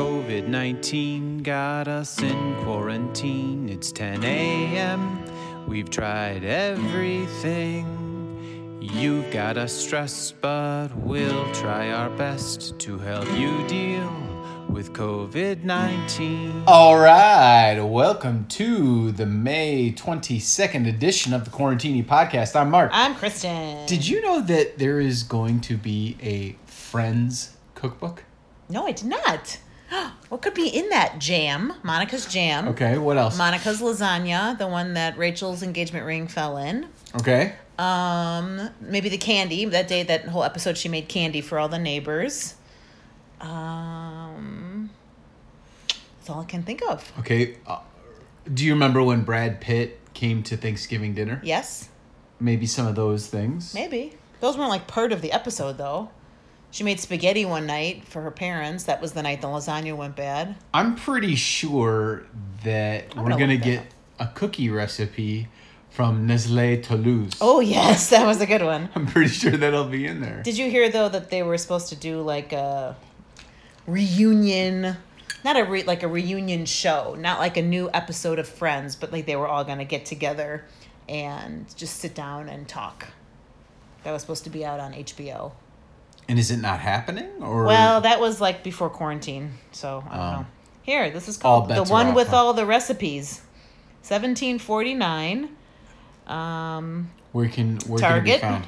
COVID 19 got us in quarantine. It's 10 a.m. We've tried everything. You've got us stressed, but we'll try our best to help you deal with COVID 19. All right, welcome to the May 22nd edition of the Quarantini podcast. I'm Mark. I'm Kristen. Did you know that there is going to be a Friends cookbook? No, I did not. What could be in that jam? Monica's jam. Okay, what else? Monica's lasagna, the one that Rachel's engagement ring fell in. Okay. Um, maybe the candy that day. That whole episode, she made candy for all the neighbors. Um, that's all I can think of. Okay. Uh, do you remember when Brad Pitt came to Thanksgiving dinner? Yes, Maybe some of those things. maybe those weren't like part of the episode though. She made spaghetti one night for her parents. That was the night the lasagna went bad. I'm pretty sure that we're gonna going to look that get a cookie recipe from Nestle Toulouse. Oh yes, that was a good one. I'm pretty sure that'll be in there. Did you hear though that they were supposed to do like a reunion, not a re, like a reunion show, not like a new episode of Friends, but like they were all gonna get together and just sit down and talk. That was supposed to be out on HBO. And is it not happening? Or Well, that was like before quarantine, so I don't Oh. know. Here, this is All called the bets are one off, with huh? all the recipes, seventeen forty nine. Um, Where can where can it be Target. found?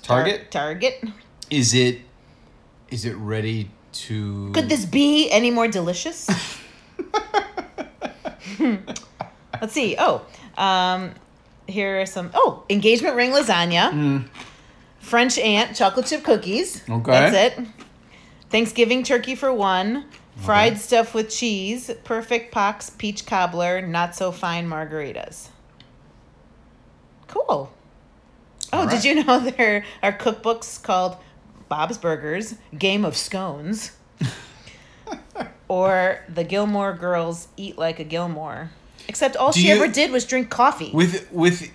Tar- Target Target. is it is it ready to Could this be any more delicious? Let's see. Oh, um, here are some. Oh, engagement ring lasagna, French aunt chocolate chip cookies. Okay. that's it. Thanksgiving turkey for one, fried stuff with cheese, perfect pox peach cobbler, not so fine margaritas. Cool. Oh, All right. did you know there are cookbooks called Bob's Burgers, Game of Scones, or The Gilmore Girls Eat Like a Gilmore? Except all Do she you- ever did was drink coffee. with with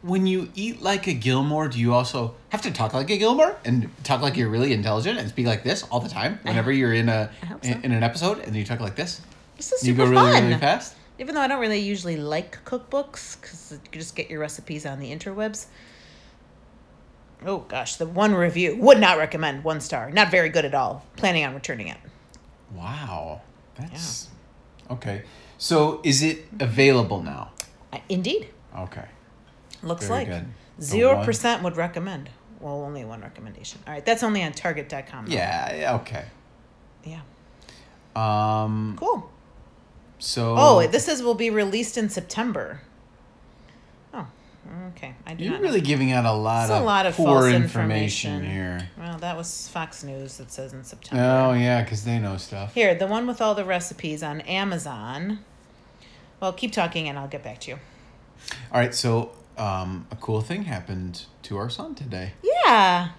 when you eat like a Gilmore, do you also have to talk like a Gilmore and talk like you're really intelligent and speak like this all the time whenever you're in a hope so. in, in an episode and you talk like this? this is You super go really fun. really fast. Even though I don't really usually like cookbooks because you just get your recipes on the interwebs. Oh gosh, the one review would not recommend one star. Not very good at all. Planning on returning it. Wow, that's okay. So is it available now? Uh, Indeed, Okay, looks Very like good. The zero percent would recommend. Well, only one recommendation. All right, that's only on Target.com. though. yeah, yeah, okay. yeah, Um, cool. so Oh, this is will be released in September. Oh, okay. I do You're not know. really giving out a lot It's of a lot of poor false information, information. here. Well, that was Fox News that says in September. Oh yeah, because they know stuff. Here, the one with all the recipes on Amazon. Well, keep talking and I'll get back to you. All right, so um, a cool thing happened to our son today. Yeah,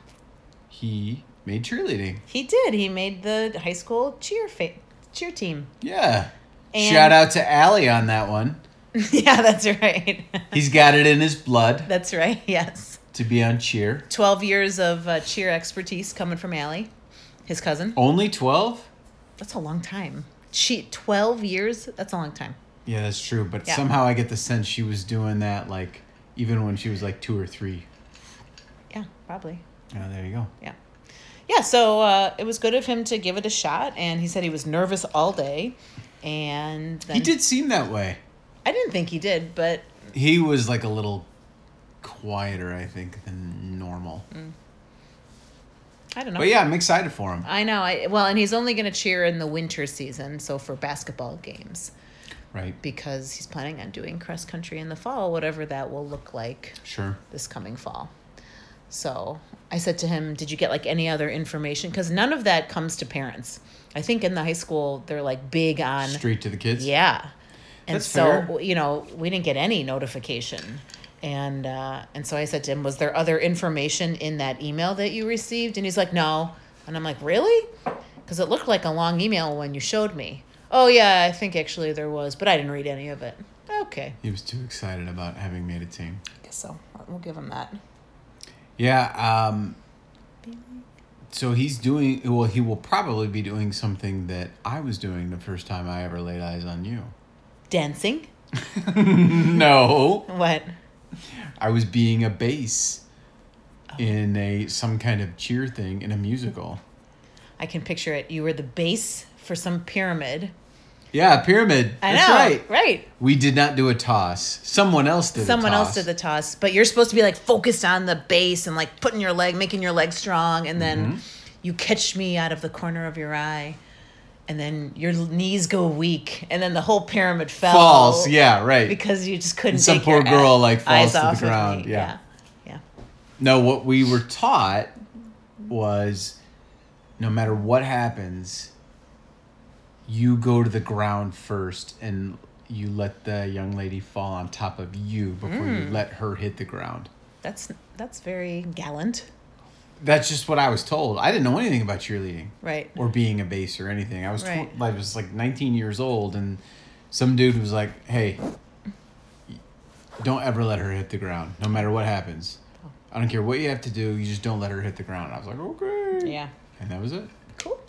He made cheerleading. he did. He made the high school cheer fa- cheer team. Yeah. And- Shout out to Allie on that one. yeah, that's right. He's got it in his blood that's right. Yes. to be on cheer. 12 years of uh, cheer expertise coming from Allie, his cousin. Only twelve. That's a long time. She 12 years? That's a long time. Yeah, that's true. But Yeah. somehow I get the sense she was doing that like even when she was like two or three. Yeah, probably. Yeah, there you go. Yeah. Yeah, so uh, it was good of him to give it a shot and he said he was nervous all day and then He did seem that way. I didn't think he did, but He was like a little quieter, I think, than normal. Mm-hmm. I don't know. But yeah, I'm excited for him. I know. I, well, and he's only going to cheer in the winter season, so for basketball games, Right. because he's planning on doing cross country in the fall, whatever that will look like Sure. this coming fall. So I said to him, Did you get like any other information? Because none of that comes to parents. I think in the high school, they're like big on, Straight to the kids. yeah. And That's so, fair. w- you know, we didn't get any notification. And uh, and so I said to him, Was there other information in that email that you received? And he's like, No. And I'm like, Really? Because it looked like a long email when you showed me. Oh, yeah, I think actually there was, but I didn't read any of it. Okay. He was too excited about having made a team. I guess so. We'll give him that. Yeah, um So he's doing well. He will probably be doing something that I was doing the first time I ever laid eyes on you. Dancing? No, What? I was being a bass in a some kind of cheer thing in a musical. I can picture it. You were the base for some pyramid. Yeah, pyramid. I That's know. right. Right. We did not do a toss. Someone else did. Someone a toss. else did the toss, but you're supposed to be like focused on the base and like putting your leg, making your leg strong, and then Mm-hmm. you catch me out of the corner of your eye, and then your l- knees go weak, and then the whole pyramid fell. falls. Yeah, right. because you just couldn't. And some take your poor girl, eye- like, falls eyes to the off of me. ground. Yeah. yeah, No, what we were taught was no matter what happens, you go to the ground first and you let the young lady fall on top of you before you let her hit the ground. That's that's very gallant, That's just what I was told. I didn't know anything about cheerleading right? or being a bass or anything. I was tw- Right. I was like 19 years old and some dude was like, "Hey, don't ever let her hit the ground no matter what happens. I don't care what you have to do, you just don't let her hit the ground." I was like, "Okay." Yeah, And that was it. cool.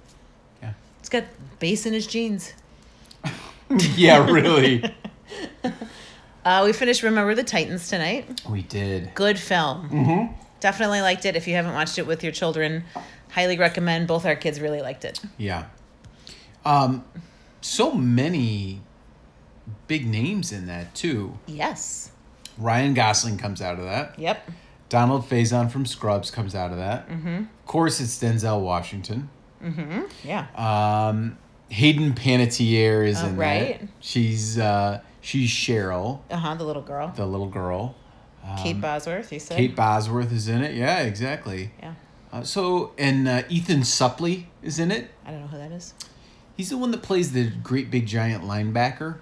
Yeah. It's got bass in his jeans. yeah, really. Uh, we finished Remember the Titans tonight. we did. good film. Mm-hmm. Definitely liked it. If you haven't watched it with your children, highly recommend. Both our kids really liked it. Yeah. Um so many big names in that too. Yes. Ryan Gosling comes out of that. Yep. Donald Faison from Scrubs comes out of that. Mm-hmm. Of course, it's Denzel Washington. Yeah. Um, Hayden Panettiere is Oh, in that. right. She's uh, she's Cheryl, Uh huh. The little girl, the little girl. Kate Bosworth. You said. Kate Bosworth is in it. Yeah, exactly. Yeah. Uh, so and uh, Ethan Suplee is in it. I don't know who that is. He's the one that plays the great big giant linebacker.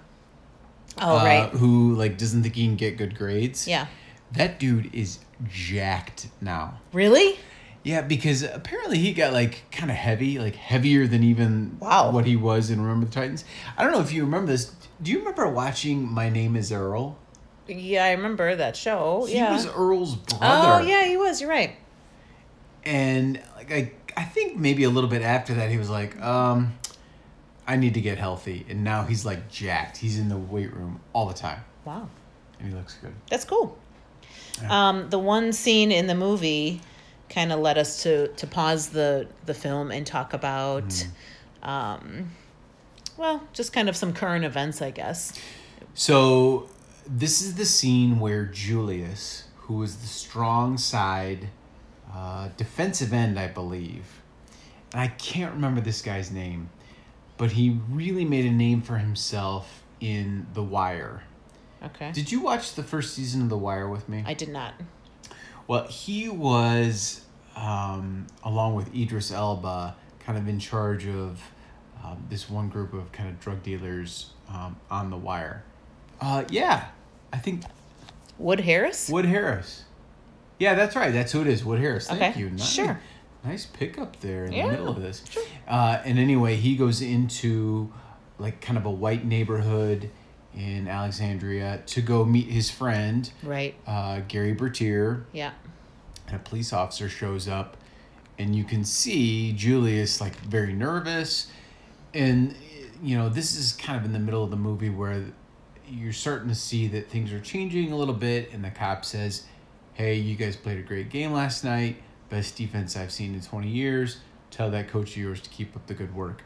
Oh uh, right. Who like doesn't think he can get good grades. Yeah. That dude is jacked now. Really? Yeah, because apparently he got like kind of heavy, like heavier than even Wow. what he was in Remember the Titans. I don't know if you remember this. Do you remember watching My Name Is Earl? Yeah, I remember that show. He yeah. was Earl's oh brother. yeah, he was. You're right. And like I, I think maybe a little bit after that he was like, um, I need to get healthy. And now he's like jacked. He's in the weight room all the time, Wow. and he looks good. That's cool. Um, the one scene in the movie kind of led us to to pause the the film and talk about, Mm-hmm. um, well, just kind of some current events, I guess. So this is the scene where Julius, who is the strong side uh, defensive end, I believe, and I can't remember this guy's name, but he really made a name for himself in The Wire. Okay. Did you watch the first season of The Wire with me? I did not. Well, he was, um, along with Idris Elba, kind of in charge of um, this one group of kind of drug dealers um, on the wire. Uh, yeah, I think Wood Harris. Wood Harris. Yeah, that's right. That's who it is. Wood Harris. Thank Okay, you. Nice, sure. Nice pickup there in Yeah, the middle of this. Uh, and anyway, he goes into like kind of a white neighborhood in Alexandria to go meet his friend, Right. uh, Gary Bertier Yeah. and a police officer shows up and you can see Julius like very nervous and you know this is kind of in the middle of the movie where you're starting to see that things are changing a little bit and the cop says hey you guys played a great game last night best defense I've seen in 20 years tell that coach of yours to keep up the good work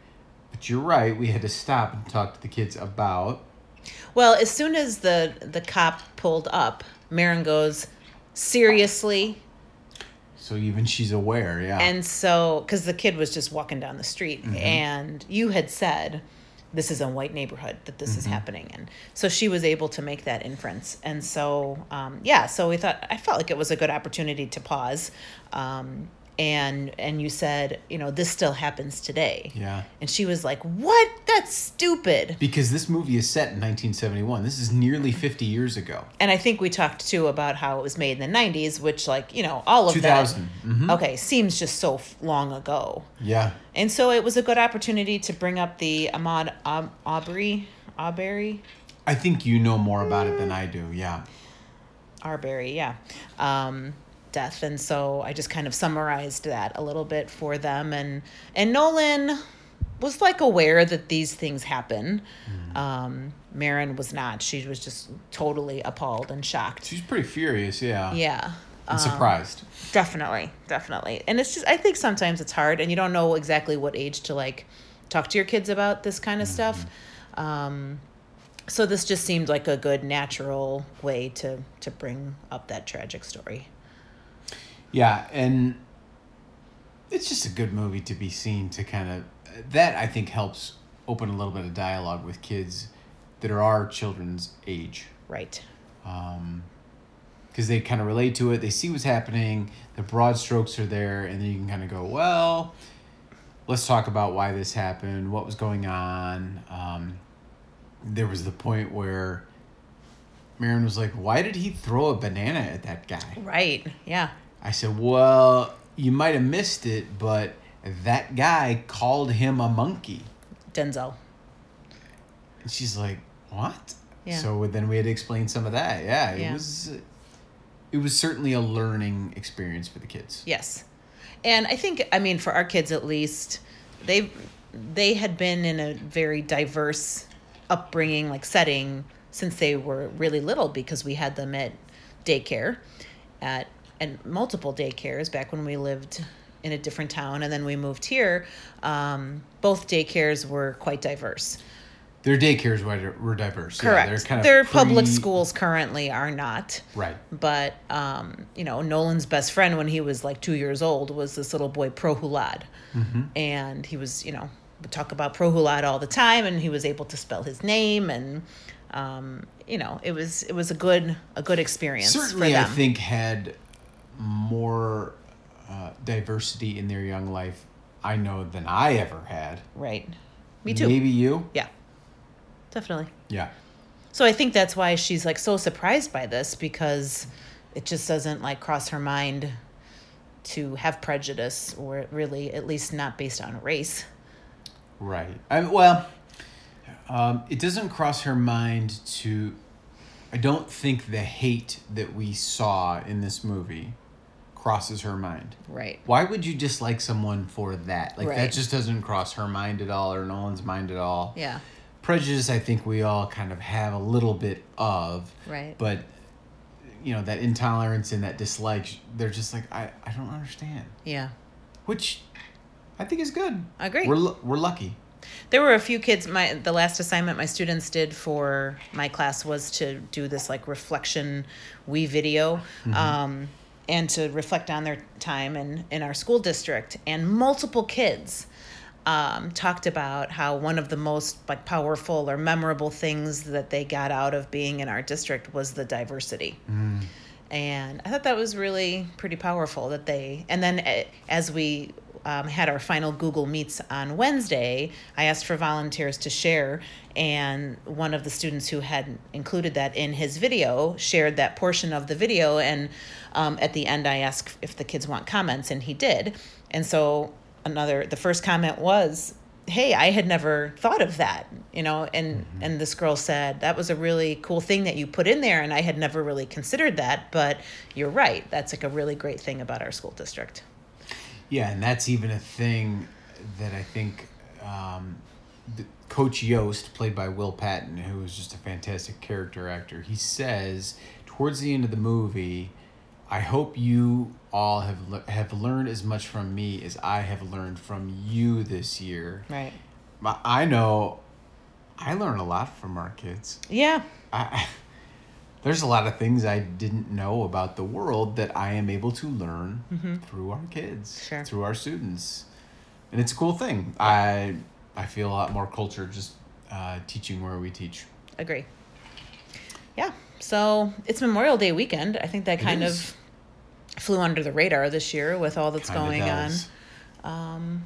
but you're right we had to stop and talk to the kids about Well, as soon as the the cop pulled up, Marin goes, "Seriously?" so even she's aware yeah And so, because the kid was just walking down the street, and you had said, "This is a white neighborhood that this is happening in," so she was able to make that inference. And so, um, yeah, so we thought I felt like it was a good opportunity to pause, um, and and you said, you know, this still happens today, yeah and she was like, "What? That's stupid." because this movie is set in 1971 this is nearly 50 years ago And I think we talked too about how it was made in the '90s, which, like, you know, all of 2000. that. Okay, seems just so f- long ago. Yeah. And so it was a good opportunity to bring up the Ahmad um, Aubrey, Aubrey, I think you know more about it than I do. Yeah. Arbery, yeah, um, death, and so I just kind of summarized that a little bit for them. And and Nolan was like aware that these things happen. Um, Marin was not. She was just totally appalled and shocked. She's pretty furious, yeah. Yeah. And surprised. Definitely, definitely. And it's just I think sometimes it's hard and you don't know exactly what age to like talk to your kids about this kind of stuff. Um so this just seemed like a good natural way to to bring up that tragic story. Yeah, and it's just a good movie to be seen to kind of that I think helps open a little bit of dialogue with kids that are our children's age Right. because they kind of relate to it. They see what's happening. The broad strokes are there, and then you can kind of go, well, let's talk about why this happened, what was going on. Um, there was the point where Marin was like, "Why did he throw a banana at that guy?" Right. Yeah. I said, "Well, you might have missed it, but that guy called him a monkey." Denzel. And she's like, "What?" Yeah. So then we had to explain some of that. Yeah, it Yeah. was it was certainly a learning experience for the kids. Yes. And I think I mean for our kids at least they they had been in a very diverse upbringing like setting since they were really little because we had them at daycare at and multiple daycares back when we lived in a different town and then we moved here um, both daycares were quite diverse Their daycares were, were diverse. Yeah, correct they're kind of their public pre- schools currently are not Right. but um, you know Nolan's best friend when he was like two years old was this little boy Prohulad, Mm-hmm. and he was you know would talk about Prohulad all the time, and he was able to spell his name, and um, you know it was it was a good a good experience for Certainly, I them. think had more uh, diversity in their young life. I know than I ever had. right, me too. Maybe you. Yeah, definitely. Yeah. So I think that's why she's like so surprised by this because it just doesn't like cross her mind to have prejudice or really at least not based on race. Right. I, well, um, it doesn't cross her mind to. I don't think the hate that we saw in this movie crosses her mind. Right. Why would you dislike someone for that? Like, Right. that just doesn't cross her mind at all or Nolan's mind at all. Yeah. Prejudice, I think we all kind of have a little bit of. Right. But, you know, that intolerance and that dislike, they're just like, I, I don't understand. Yeah. Which I think is good. I agree. We're, lu- we're lucky. There were a few kids my the last assignment my students did for my class was to do this like reflection we video um and to reflect on their time in in our school district and multiple kids um, talked about how one of the most like powerful or memorable things that they got out of being in our district was the diversity and I thought that was really pretty powerful that they. And then eh, as we um, had our final Google Meets on Wednesday, I asked for volunteers to share, and one of the students who had included that in his video shared that portion of the video, and um, at the end I asked if the kids want comments, and he did, and so another the first comment was hey i had never thought of that you know and Mm-hmm. and this girl said that was a really cool thing that you put in there and i had never really considered that but you're right that's like a really great thing about our school district Yeah, and that's even a thing that I think um, the, Coach Yost, played by Will Patton, who is just a fantastic character actor, he says towards the end of the movie, I hope you all have le- have learned as much from me as I have learned from you this year. right My- I know I learn a lot from our kids. yeah I, there's a lot of things I didn't know about the world that I am able to learn through our kids, Mm-hmm. Sure. through our students, and it's a cool thing. I I feel a lot more culture just uh, teaching where we teach. agree yeah so it's memorial day weekend i think that kind is. of flew under the radar this year with all that's Kinda going on does.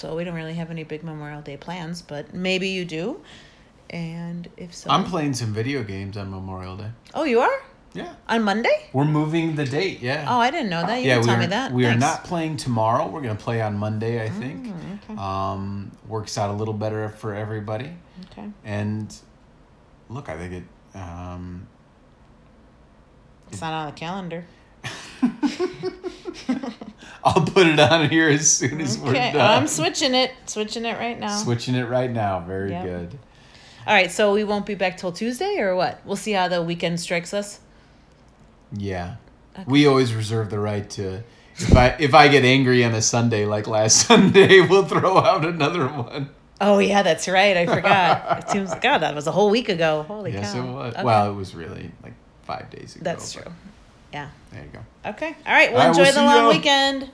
so we don't really have any big memorial day plans but maybe you do and if so I'm playing some video games on Memorial Day. oh you are Yeah, on monday we're moving the date. Yeah. Oh, I didn't know that. You yeah, didn't we tell are, me that. we Thanks. Mm, are not playing tomorrow. We're gonna play on Monday, I think. Um, works out a little better for everybody. Okay. And look, I think it. Um, It's not on the calendar. I'll put it on here as soon as we're Okay, done. I'm switching it. Switching it right now. Switching it right now. Very Yep. good. All right, so we won't be back till Tuesday or what? We'll see how the weekend strikes us. Yeah. We always reserve the right to if I if I get angry on a Sunday like last Sunday, we'll throw out another one. Oh yeah, that's right. I forgot. It seems God, that was a whole week ago. Holy yes, cow. it was. Okay, Well, it was really like five days ago. that's but true. Yeah. There you go. Okay. All right. Well, All right, enjoy we'll the see long y'all. weekend.